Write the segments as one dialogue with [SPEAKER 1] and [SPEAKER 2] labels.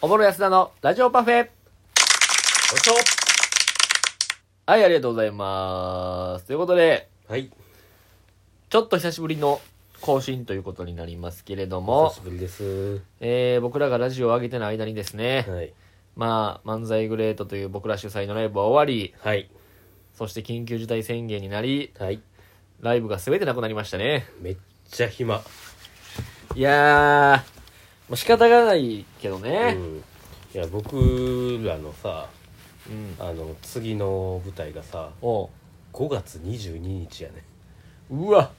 [SPEAKER 1] おぼろ安田のラジオパフェ
[SPEAKER 2] ごちそう
[SPEAKER 1] はい、ありがとうございます。ということで、
[SPEAKER 2] はい
[SPEAKER 1] ちょっと久しぶりの更新ということになりますけれど
[SPEAKER 2] お
[SPEAKER 1] も
[SPEAKER 2] 久し、ぶりです
[SPEAKER 1] えー、僕らがラジオを上げての間にですね、
[SPEAKER 2] はい
[SPEAKER 1] まあ、漫才グレートという僕ら主催のライブは終わり、
[SPEAKER 2] はい
[SPEAKER 1] そして緊急事態宣言になり、
[SPEAKER 2] はい
[SPEAKER 1] ライブが全てなくなりましたね。
[SPEAKER 2] めっちゃ暇
[SPEAKER 1] いやー、もう仕方がないけど
[SPEAKER 2] う
[SPEAKER 1] ね。
[SPEAKER 2] んいや僕らのさ
[SPEAKER 1] うん。
[SPEAKER 2] あの次の舞台がさ
[SPEAKER 1] おう
[SPEAKER 2] 5月22日やね
[SPEAKER 1] うわ、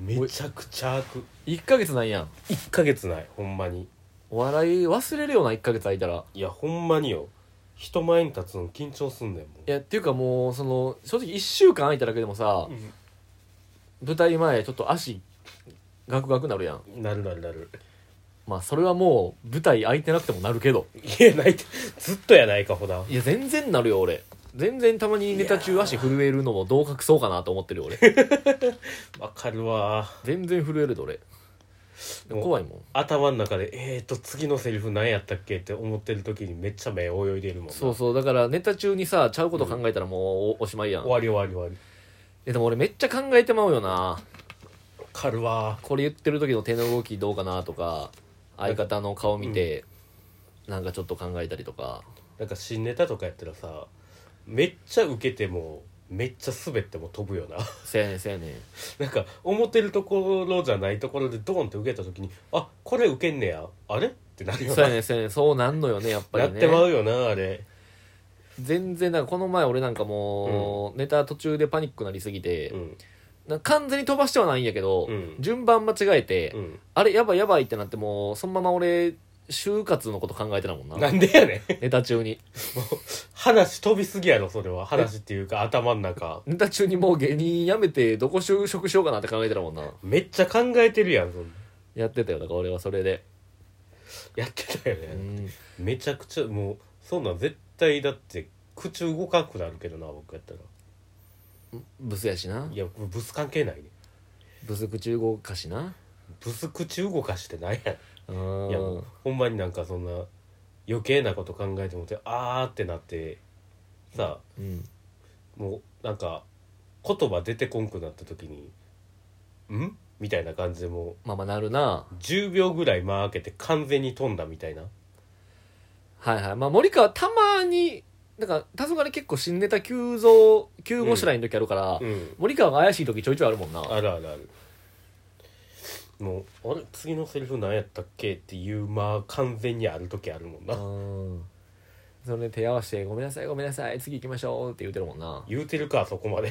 [SPEAKER 2] めちゃくちゃ空く
[SPEAKER 1] 1ヶ月なんやん。
[SPEAKER 2] 1ヶ月ないほんまに
[SPEAKER 1] お笑い忘れるような1ヶ月空いたら。
[SPEAKER 2] いやほんまによ人前に立つの緊張すんねんも
[SPEAKER 1] いや、っていうかもう、その、正直1週間空いただけでもさ、
[SPEAKER 2] う
[SPEAKER 1] 舞台前ちょっと足ガクガクなるやん
[SPEAKER 2] なるなるなる
[SPEAKER 1] まあそれはもう舞台空いてなくてもなるけど
[SPEAKER 2] いや泣いてずっとやないかほない
[SPEAKER 1] や全然なるよ俺全然たまにネタ中足震えるのもどう隠そうかなと思ってるよ 俺
[SPEAKER 2] わかるわ
[SPEAKER 1] 全然震えるで俺でも怖いもん
[SPEAKER 2] 頭の中でえーと次のセリフ何やったっけって思ってる時にめっちゃ目泳いでるもんな
[SPEAKER 1] そうそうだからネタ中にさちゃうこと考えたらもうおおしまいやん、
[SPEAKER 2] 終わり終わり終わり
[SPEAKER 1] えでも俺めっちゃ考えてまうよな
[SPEAKER 2] わかるわ
[SPEAKER 1] これ言ってる時の手の動きどうかなとか相方の顔見て、なんかちょっと考えたりとか
[SPEAKER 2] なんか新ネタとかやったらさめっちゃウケてもめっちゃ滑っても飛ぶよな
[SPEAKER 1] せやねんせやねん
[SPEAKER 2] なんか思ってるところじゃないところでドーンって受けた時にあこれ受けんねやあれってなるよ
[SPEAKER 1] そうや
[SPEAKER 2] な、
[SPEAKER 1] ねんそうやねんそうなんのよねやっぱ
[SPEAKER 2] な
[SPEAKER 1] り
[SPEAKER 2] っ
[SPEAKER 1] ね
[SPEAKER 2] てまうよなあれ
[SPEAKER 1] 全然なんかこの前俺なんかもう、ネタ途中でパニックなりすぎて、
[SPEAKER 2] うん
[SPEAKER 1] なんか完全に飛ばしてはないんやけど、
[SPEAKER 2] うん
[SPEAKER 1] 順番間違えて、
[SPEAKER 2] うん
[SPEAKER 1] あれやばいやばいってなってもうそのまま俺就活のこと考えてたもんな
[SPEAKER 2] なんでやねん
[SPEAKER 1] ネタ中に
[SPEAKER 2] 話飛びすぎやろそれは話っていうか頭の中
[SPEAKER 1] ネタ中にもう芸人辞めてどこ就職しようかなって考えてたもんな
[SPEAKER 2] めっちゃ考えてるやんそんな
[SPEAKER 1] やってたよだから俺はそれで、
[SPEAKER 2] やってたよ
[SPEAKER 1] う
[SPEAKER 2] ね、
[SPEAKER 1] ん、
[SPEAKER 2] めちゃくちゃもうそんなん絶対だって口動かんくなるけどな僕やったら
[SPEAKER 1] ブスやしない
[SPEAKER 2] やブス関係ないね
[SPEAKER 1] ブス口動かしな
[SPEAKER 2] ブス口動かしてないやん
[SPEAKER 1] うん
[SPEAKER 2] いやもうほんまになんかそんな余計なこと考えてもってあーってなってさ
[SPEAKER 1] うん
[SPEAKER 2] もうなんか言葉出てこんくなった時に「ん?」みたいな感じでも
[SPEAKER 1] まあまあなるな
[SPEAKER 2] う10秒ぐらい間開けて完全に飛んだみたいな
[SPEAKER 1] はいはい。まあ、森川たまに、なんか、たそがれ結構新ネタ急増、急ごしらいの時あるから、
[SPEAKER 2] うん
[SPEAKER 1] 森川が怪しい時ちょいちょいあるもんな。
[SPEAKER 2] あるあるあるもう「あれ次のセリフ何やったっけ?」っていう間完全にある時あるもんな
[SPEAKER 1] うん。それで手合わせて、ごめんなさいごめんなさい、次行きましょうって言うてるもんな。
[SPEAKER 2] 言うてるかそこまで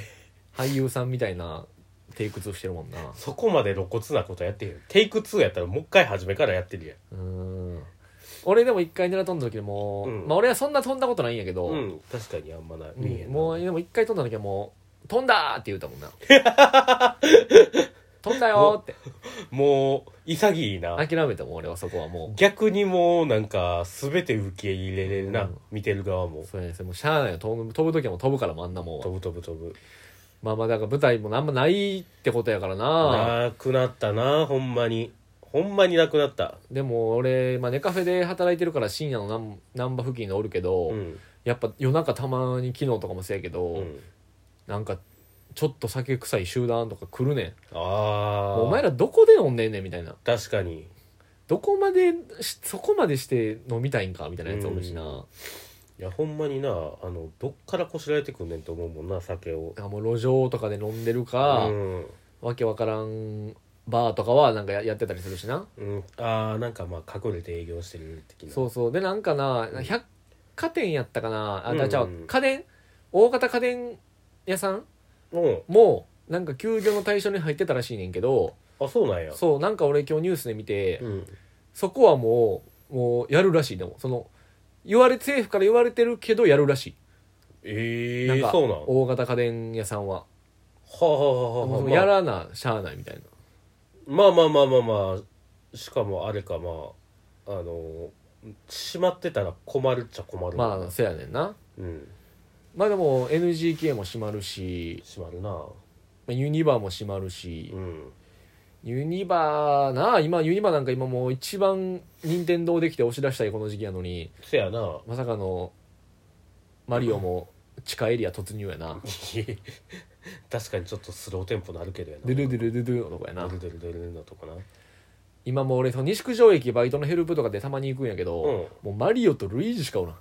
[SPEAKER 1] 俳優さんみたいなテイク2してるもんな。
[SPEAKER 2] そこまで露骨なことやってへんテイク2やったらもう一回初めからやってるやん
[SPEAKER 1] うん。俺でも一回狙飛んだ時も、
[SPEAKER 2] うん
[SPEAKER 1] まあ俺はそんな飛んだことないんやけど、
[SPEAKER 2] うん確かにあんまない、
[SPEAKER 1] うん
[SPEAKER 2] 見えへんな
[SPEAKER 1] もうでも一回飛んだ時はもう、飛んだーって言うたも んな。飛んだよーって。
[SPEAKER 2] もう潔いな
[SPEAKER 1] 諦めたもん俺はそこはもう。
[SPEAKER 2] 逆にもうなんか全て受け入れれるな、
[SPEAKER 1] うん
[SPEAKER 2] 見てる側も
[SPEAKER 1] そうやねもうしゃあないよ飛ぶ飛ぶ時はもう飛ぶからもうあんなもんは
[SPEAKER 2] 飛ぶ飛ぶ飛ぶ
[SPEAKER 1] まあまあだから舞台もなんもないってことやからな
[SPEAKER 2] なくなったなほんまにほんまになくなった
[SPEAKER 1] でも俺、まあ、ネカフェで働いてるから深夜のなん難波付近におるけど、
[SPEAKER 2] うん、
[SPEAKER 1] やっぱ夜中たまに昨日とかもそうやけど、
[SPEAKER 2] うん、
[SPEAKER 1] なんかちょっと酒臭い集団とか来るねん
[SPEAKER 2] ああ
[SPEAKER 1] もうお前らどこで飲んでんねんみたいな
[SPEAKER 2] 確かに
[SPEAKER 1] どこまでしそこまでして飲みたいんかみたいなやつおるしな、
[SPEAKER 2] うんいやほんまになあのどっからこしられてくんねんと思うもんな酒を
[SPEAKER 1] なんかもう路上とかで飲んでるか、
[SPEAKER 2] うん、
[SPEAKER 1] わけわからんバーとかはなんかややってたりするしな
[SPEAKER 2] うん、ああなんかまあ隠れて営業してる的な
[SPEAKER 1] そうそうでなんかな百貨店やったかなあ
[SPEAKER 2] うん
[SPEAKER 1] じゃあ家電大型家電屋さん
[SPEAKER 2] うん
[SPEAKER 1] もなんか休業の対象に入ってたらしいねんけど
[SPEAKER 2] あそうなんや
[SPEAKER 1] そうなんか俺今日ニュースで見て、
[SPEAKER 2] うん、
[SPEAKER 1] そこはもうもうやるらしいでもその言われ政府から言われてるけどやるらし
[SPEAKER 2] え
[SPEAKER 1] い、
[SPEAKER 2] え
[SPEAKER 1] なんか
[SPEAKER 2] そうなんは
[SPEAKER 1] 大型家電屋さんは、
[SPEAKER 2] あはあはあ
[SPEAKER 1] も
[SPEAKER 2] は
[SPEAKER 1] う
[SPEAKER 2] あ
[SPEAKER 1] やらなしゃあないみたいな
[SPEAKER 2] まあまあまあまあまあしかもあれかまああの閉まってたら困るっちゃ困るもんな
[SPEAKER 1] まあせやねんな
[SPEAKER 2] うん
[SPEAKER 1] まあでも NGK も閉まるし
[SPEAKER 2] 閉まるな
[SPEAKER 1] ユニバーも閉まるし、
[SPEAKER 2] うん
[SPEAKER 1] ユニバーなあ今ユニバーなんか今もう一番任天堂できて押し出したいこの時期やのに
[SPEAKER 2] せやな
[SPEAKER 1] まさかのマリオも地下エリア突入やな
[SPEAKER 2] 確かにちょっとスローテンポなるけどやな
[SPEAKER 1] ドゥルドゥルドゥドゥのとこや
[SPEAKER 2] ド
[SPEAKER 1] な
[SPEAKER 2] ゥルドゥルドゥルのとこな
[SPEAKER 1] 今もう俺その西九条駅バイトのヘルプとかでたまに行くんやけど、
[SPEAKER 2] うん
[SPEAKER 1] もうマリオとルイージしかおらん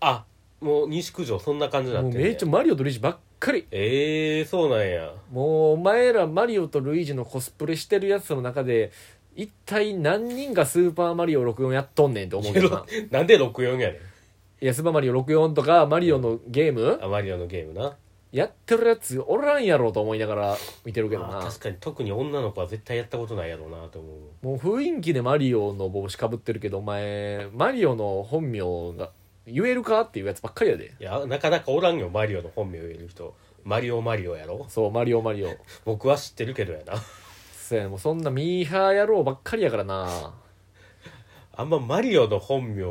[SPEAKER 2] あもう西九条そんな感じにな
[SPEAKER 1] も
[SPEAKER 2] っ
[SPEAKER 1] う
[SPEAKER 2] てんねや
[SPEAKER 1] めっちゃマリオとルイージばっかり
[SPEAKER 2] ええそうなんや
[SPEAKER 1] もうお前らマリオとルイージのコスプレしてるやつの中で一体何人がスーパーマリオ64やっとんねんって思うけどな
[SPEAKER 2] なんで64やねん
[SPEAKER 1] いやスーパーマリオ64とかマリオのゲーム
[SPEAKER 2] あマリオのゲームな
[SPEAKER 1] やってるやつおらんやろうと思いながら見てるけど
[SPEAKER 2] あ
[SPEAKER 1] な
[SPEAKER 2] 確かに特に女の子は絶対やったことないやろうなと思う
[SPEAKER 1] もう雰囲気でマリオの帽子かぶってるけどお前マリオの本名が言えるかっていうやつばっかりやで
[SPEAKER 2] いやなかなかおらんよマリオの本名を言える人マリオマリオやろ
[SPEAKER 1] そうマリオマリオ
[SPEAKER 2] 僕は知ってるけどやな
[SPEAKER 1] そやもうそんなミーハー野郎ばっかりやからな
[SPEAKER 2] あんまマリオの本名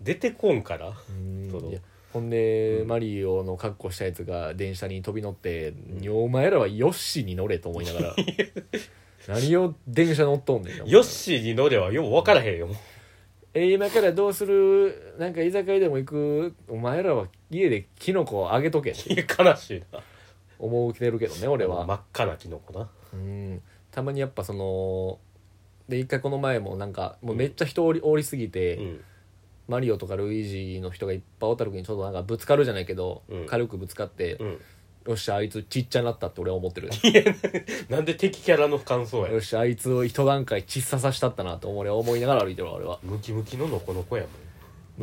[SPEAKER 2] 出てこんから
[SPEAKER 1] うん
[SPEAKER 2] そう
[SPEAKER 1] いやほんで、マリオの格好したやつが電車に飛び乗って「お前らはヨッシーに乗れ」と思いながら何を電車乗っとんねんなお前
[SPEAKER 2] ヨッシーに乗れはよう分からへんよ
[SPEAKER 1] えー今からどうするなんか居酒屋でも行くお前らは家でキノコをあげとけって
[SPEAKER 2] いや悲しいな
[SPEAKER 1] 思うてるけどね俺は、
[SPEAKER 2] 真っ赤なキノコな
[SPEAKER 1] うんたまにやっぱそので一回この前もなんかもうめっちゃ人おり,、おりすぎて、
[SPEAKER 2] うん
[SPEAKER 1] マリオとかルイージの人がいっぱいおった時にちょっとなんかぶつかるじゃないけど、
[SPEAKER 2] うん
[SPEAKER 1] 軽くぶつかって、
[SPEAKER 2] うん
[SPEAKER 1] よっしゃあいつちっちゃなったって俺は思 ってる
[SPEAKER 2] なんで敵キャラの感想や
[SPEAKER 1] よっしゃあいつを一段階ちっささしたったなと俺は思いながら歩いてるわ俺は
[SPEAKER 2] ムキムキのノコノコやもん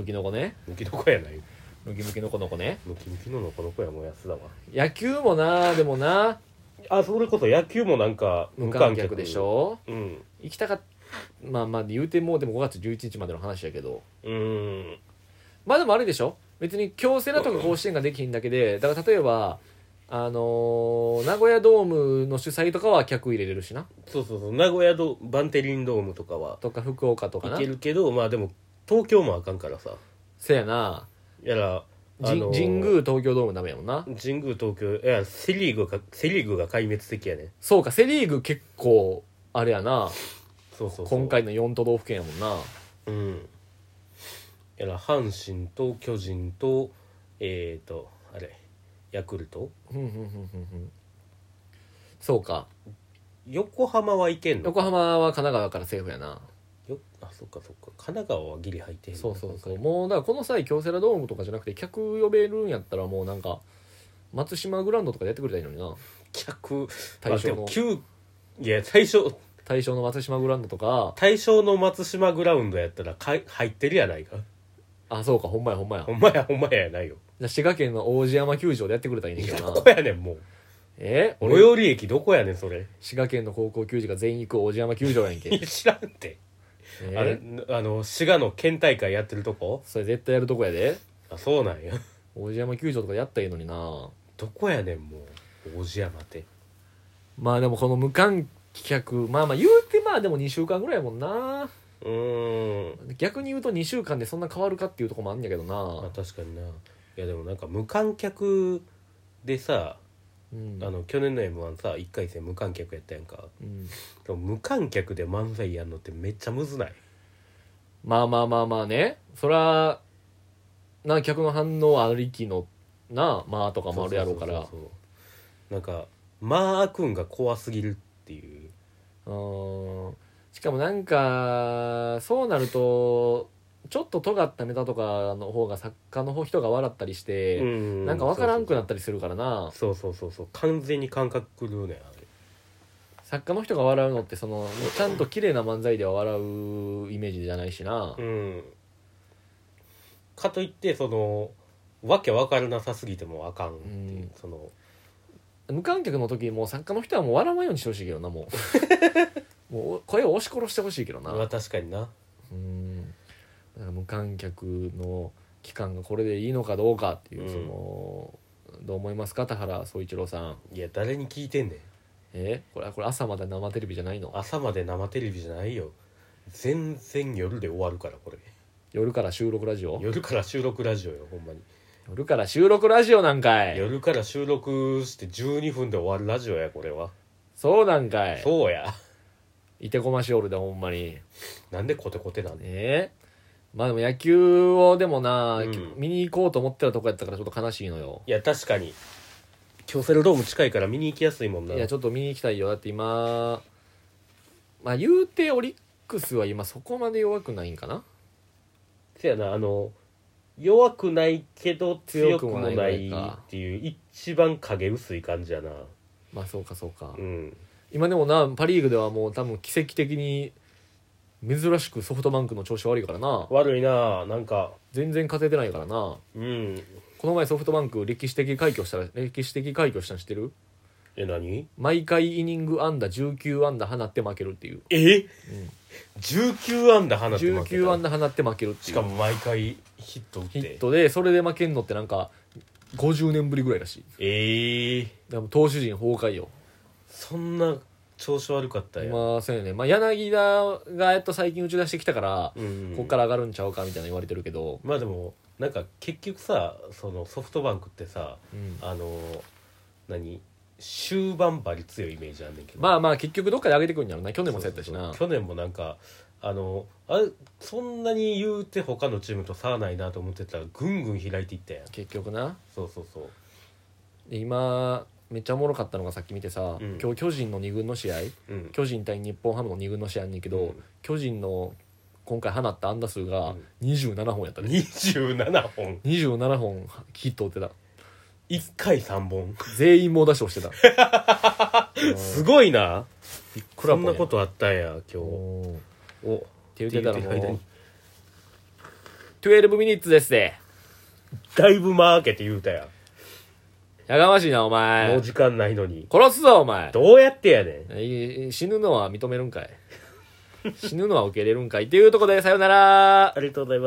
[SPEAKER 1] ムキノコね
[SPEAKER 2] ムキノコやない
[SPEAKER 1] ムキムキノコノコね
[SPEAKER 2] ムキムキのノコノコやもん安田は
[SPEAKER 1] 野球もなでもな
[SPEAKER 2] あそれこそ野球もなんか
[SPEAKER 1] 無観客でしょ
[SPEAKER 2] うん
[SPEAKER 1] 行きたかっまあまあ言うてもうでも5月11日までの話やけど
[SPEAKER 2] うん
[SPEAKER 1] まあでもあれでしょ別に強制なとか甲子園ができひんだけでだから例えばあのー名古屋ドームの主催とかは客入れれるしな
[SPEAKER 2] そうそうそう名古屋ドバンテリンドームとかは
[SPEAKER 1] とか福岡とか
[SPEAKER 2] い
[SPEAKER 1] な
[SPEAKER 2] けるけどまあでも東京もあかんからさ
[SPEAKER 1] せやな、
[SPEAKER 2] やら、
[SPEAKER 1] じん神宮東京ドームダメやもんな
[SPEAKER 2] 神宮東京いやセ・リーグがセ・リーグが壊滅的やね
[SPEAKER 1] そうかセ・リーグ結構あれやな
[SPEAKER 2] そうそうそう
[SPEAKER 1] 今回の4都道府県やもんな
[SPEAKER 2] うんやら阪神と巨人とえっ、ー、とあれヤクルト
[SPEAKER 1] ふんふんふんふんふんそうか
[SPEAKER 2] 横浜はいけんの
[SPEAKER 1] 横浜は神奈川からセーフやな
[SPEAKER 2] よあそっかそっか神奈川はギリ入ってへんの
[SPEAKER 1] そうそうそう
[SPEAKER 2] 今
[SPEAKER 1] もうだからこの際京セラドームとかじゃなくて客呼べるんやったらもうなんか松島グランドとかでやってくれたらいいのにな
[SPEAKER 2] 客
[SPEAKER 1] 大将
[SPEAKER 2] あで
[SPEAKER 1] の
[SPEAKER 2] も旧いや大将
[SPEAKER 1] 大正の松島グランドとか
[SPEAKER 2] 大正の松島グラウンドやったらかい入ってるやないか
[SPEAKER 1] あそうかほんまやほんまや
[SPEAKER 2] ほんまやほんまややないよ
[SPEAKER 1] じゃあ滋賀県の王子山球場でやってくれたらいいねんけど
[SPEAKER 2] ど
[SPEAKER 1] な
[SPEAKER 2] こやねんもう
[SPEAKER 1] え
[SPEAKER 2] 最
[SPEAKER 1] 俺
[SPEAKER 2] 寄り駅どこやねんそれ
[SPEAKER 1] 滋賀県の高校球児が全員行く王子山球場やんけ
[SPEAKER 2] いや 知らんて
[SPEAKER 1] え
[SPEAKER 2] あれあの滋賀の県大会やってるとこ
[SPEAKER 1] それ絶対やるとこやで
[SPEAKER 2] あそうなんや
[SPEAKER 1] 王子山球場とかやったらいいのにな
[SPEAKER 2] どこやねんもう王子山って
[SPEAKER 1] まあでもこの無観客まあまあ言うてまあでも2週間ぐらいやもんな
[SPEAKER 2] うーん
[SPEAKER 1] 逆に言うと2週間でそんな変わるかっていうとこもあんやけど
[SPEAKER 2] まあ
[SPEAKER 1] な、
[SPEAKER 2] 確かにないやでもなんか無観客でさ、
[SPEAKER 1] うん
[SPEAKER 2] あの去年の m 1さ1回戦無観客やったやんか
[SPEAKER 1] うん、
[SPEAKER 2] でも無観客で漫才やんのってめっちゃむずない
[SPEAKER 1] まあまあまあまあねそらな客の反応ありきのなまあとかもあるやろうから
[SPEAKER 2] そうそうそうそうなんかマー君が怖すぎるっていう
[SPEAKER 1] うーんしかもなんかそうなるとちょっと尖ったネタとかの方が作家の方人が笑ったりして、
[SPEAKER 2] な
[SPEAKER 1] なんかわからんくな
[SPEAKER 2] っ
[SPEAKER 1] ったりするからな
[SPEAKER 2] そうそうそうそう完全に感覚狂うねんあれ
[SPEAKER 1] 作家の人が笑うのってそのちゃんと綺麗な漫才では笑うイメージじゃないしな、
[SPEAKER 2] うんかといってそのわけわからなさすぎてもあかんっていう、
[SPEAKER 1] うん
[SPEAKER 2] その
[SPEAKER 1] 無観客の時もう作家の人はもう笑わんようにしてほしいけどなも うもう声を押し殺してほしいけどな
[SPEAKER 2] まあ確かにな
[SPEAKER 1] うんだから無観客の期間がこれでいいのかどうかっていう、
[SPEAKER 2] うん
[SPEAKER 1] そのどう思いますか田原総一郎さん
[SPEAKER 2] いや誰に聞いてんねん
[SPEAKER 1] えこれこれ朝まで生テレビじゃないの
[SPEAKER 2] 朝まで生テレビじゃないよ全然夜で終わるからこれ
[SPEAKER 1] 夜から収録ラジオ
[SPEAKER 2] 夜から収録ラジオよほんまに
[SPEAKER 1] 夜から収録ラジオなんかい
[SPEAKER 2] 夜から収録して12分で終わるラジオやこれは
[SPEAKER 1] そうなんかい
[SPEAKER 2] そうや
[SPEAKER 1] いてこましおるでほんまに
[SPEAKER 2] なんでコテコテなんで
[SPEAKER 1] ええまあでも野球をでもな、
[SPEAKER 2] うん
[SPEAKER 1] 見に行こうと思ってたとこやったからちょっと悲しいのよ
[SPEAKER 2] いや確かに京セラドーム近いから見に行きやすいもんない
[SPEAKER 1] やちょっと見に行きたいよだって今まあ言うてオリックスは今そこまで弱くないんかな
[SPEAKER 2] せやなあの弱くないけど強
[SPEAKER 1] 強
[SPEAKER 2] く
[SPEAKER 1] く
[SPEAKER 2] も
[SPEAKER 1] も
[SPEAKER 2] な
[SPEAKER 1] ない
[SPEAKER 2] いっていう一番影薄い感じやな
[SPEAKER 1] まあそうかそうか、
[SPEAKER 2] うん
[SPEAKER 1] 今でもなパ・リーグではもう多分奇跡的に珍しくソフトバンクの調子悪いからな
[SPEAKER 2] 悪いななんか
[SPEAKER 1] 全然勝ててないからな
[SPEAKER 2] うん
[SPEAKER 1] この前ソフトバンク歴史的快挙したら歴史的快挙したの知ってる
[SPEAKER 2] え何
[SPEAKER 1] 毎回イニング安打19安打放って負けるっていう
[SPEAKER 2] え、19安打放って負け
[SPEAKER 1] 19安
[SPEAKER 2] た
[SPEAKER 1] 打放って負けるっていう
[SPEAKER 2] しかも毎回ヒット打っ
[SPEAKER 1] ヒッ
[SPEAKER 2] て
[SPEAKER 1] トでそれで負けんのってなんか50年ぶりぐらいらしい
[SPEAKER 2] ええー、
[SPEAKER 1] でも投手陣崩壊よ
[SPEAKER 2] そんな調子悪かったや、
[SPEAKER 1] まあそうやね、まあ、柳田がやっと最近打ち出してきたから、
[SPEAKER 2] うん
[SPEAKER 1] こっから上がるんちゃうかみたいな言われてるけど、
[SPEAKER 2] まあでもなんか結局さそのソフトバンクってさ
[SPEAKER 1] うん
[SPEAKER 2] あの何終盤張り強いイメージあんねんけど
[SPEAKER 1] まあまあ結局どっかで上げてくるんやろな去年もそうやったしな
[SPEAKER 2] 去年もなんかあのあそんなに言うて他のチームと差はないなと思ってたらぐんぐん開いていったやん
[SPEAKER 1] 結局な
[SPEAKER 2] そうそうそう
[SPEAKER 1] で今めっちゃおもろかったのがさっき見てさ、
[SPEAKER 2] うん
[SPEAKER 1] 今日巨人の2軍の試合
[SPEAKER 2] うん
[SPEAKER 1] 巨人対日本ハムの2軍の試合やんねんけど、
[SPEAKER 2] うん
[SPEAKER 1] 巨人の今回放った安打数が
[SPEAKER 2] うん
[SPEAKER 1] 27本やったね、
[SPEAKER 2] 27本
[SPEAKER 1] 27本ヒット打ってた
[SPEAKER 2] 1回3本
[SPEAKER 1] 全員猛打賞してた
[SPEAKER 2] すごいな
[SPEAKER 1] びっくら
[SPEAKER 2] そ
[SPEAKER 1] ぽ
[SPEAKER 2] ん
[SPEAKER 1] や
[SPEAKER 2] なことあったんや今日
[SPEAKER 1] おー
[SPEAKER 2] お
[SPEAKER 1] って言ってたらも
[SPEAKER 2] って言ってる間に
[SPEAKER 1] う12ミニッツですね
[SPEAKER 2] だいぶ間開けて言うたや
[SPEAKER 1] やかましいなお
[SPEAKER 2] んも
[SPEAKER 1] 前
[SPEAKER 2] う時間ないのに
[SPEAKER 1] 殺すぞお前
[SPEAKER 2] どうやってやねん
[SPEAKER 1] いい死ぬのは認めるんかい死ぬのは受け入れるんかいっていうとこでさよなら
[SPEAKER 2] ありがとうございます